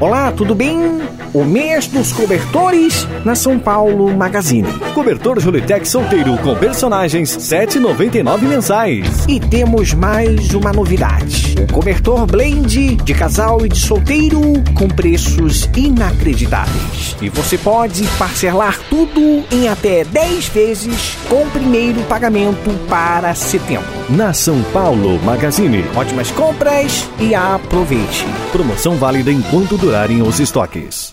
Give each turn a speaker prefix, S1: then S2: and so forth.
S1: Olá, tudo bem? O mês dos cobertores na São Paulo Magazine.
S2: Cobertor Jolitec solteiro com personagens 7,99 mensais.
S1: E temos mais uma novidade: o cobertor blend de casal e de solteiro com preços inacreditáveis. E você pode parcelar tudo em até 10 vezes com primeiro pagamento para setembro.
S2: Na São Paulo Magazine.
S1: Ótimas compras e aproveite.
S2: Promoção válida enquanto durarem os estoques.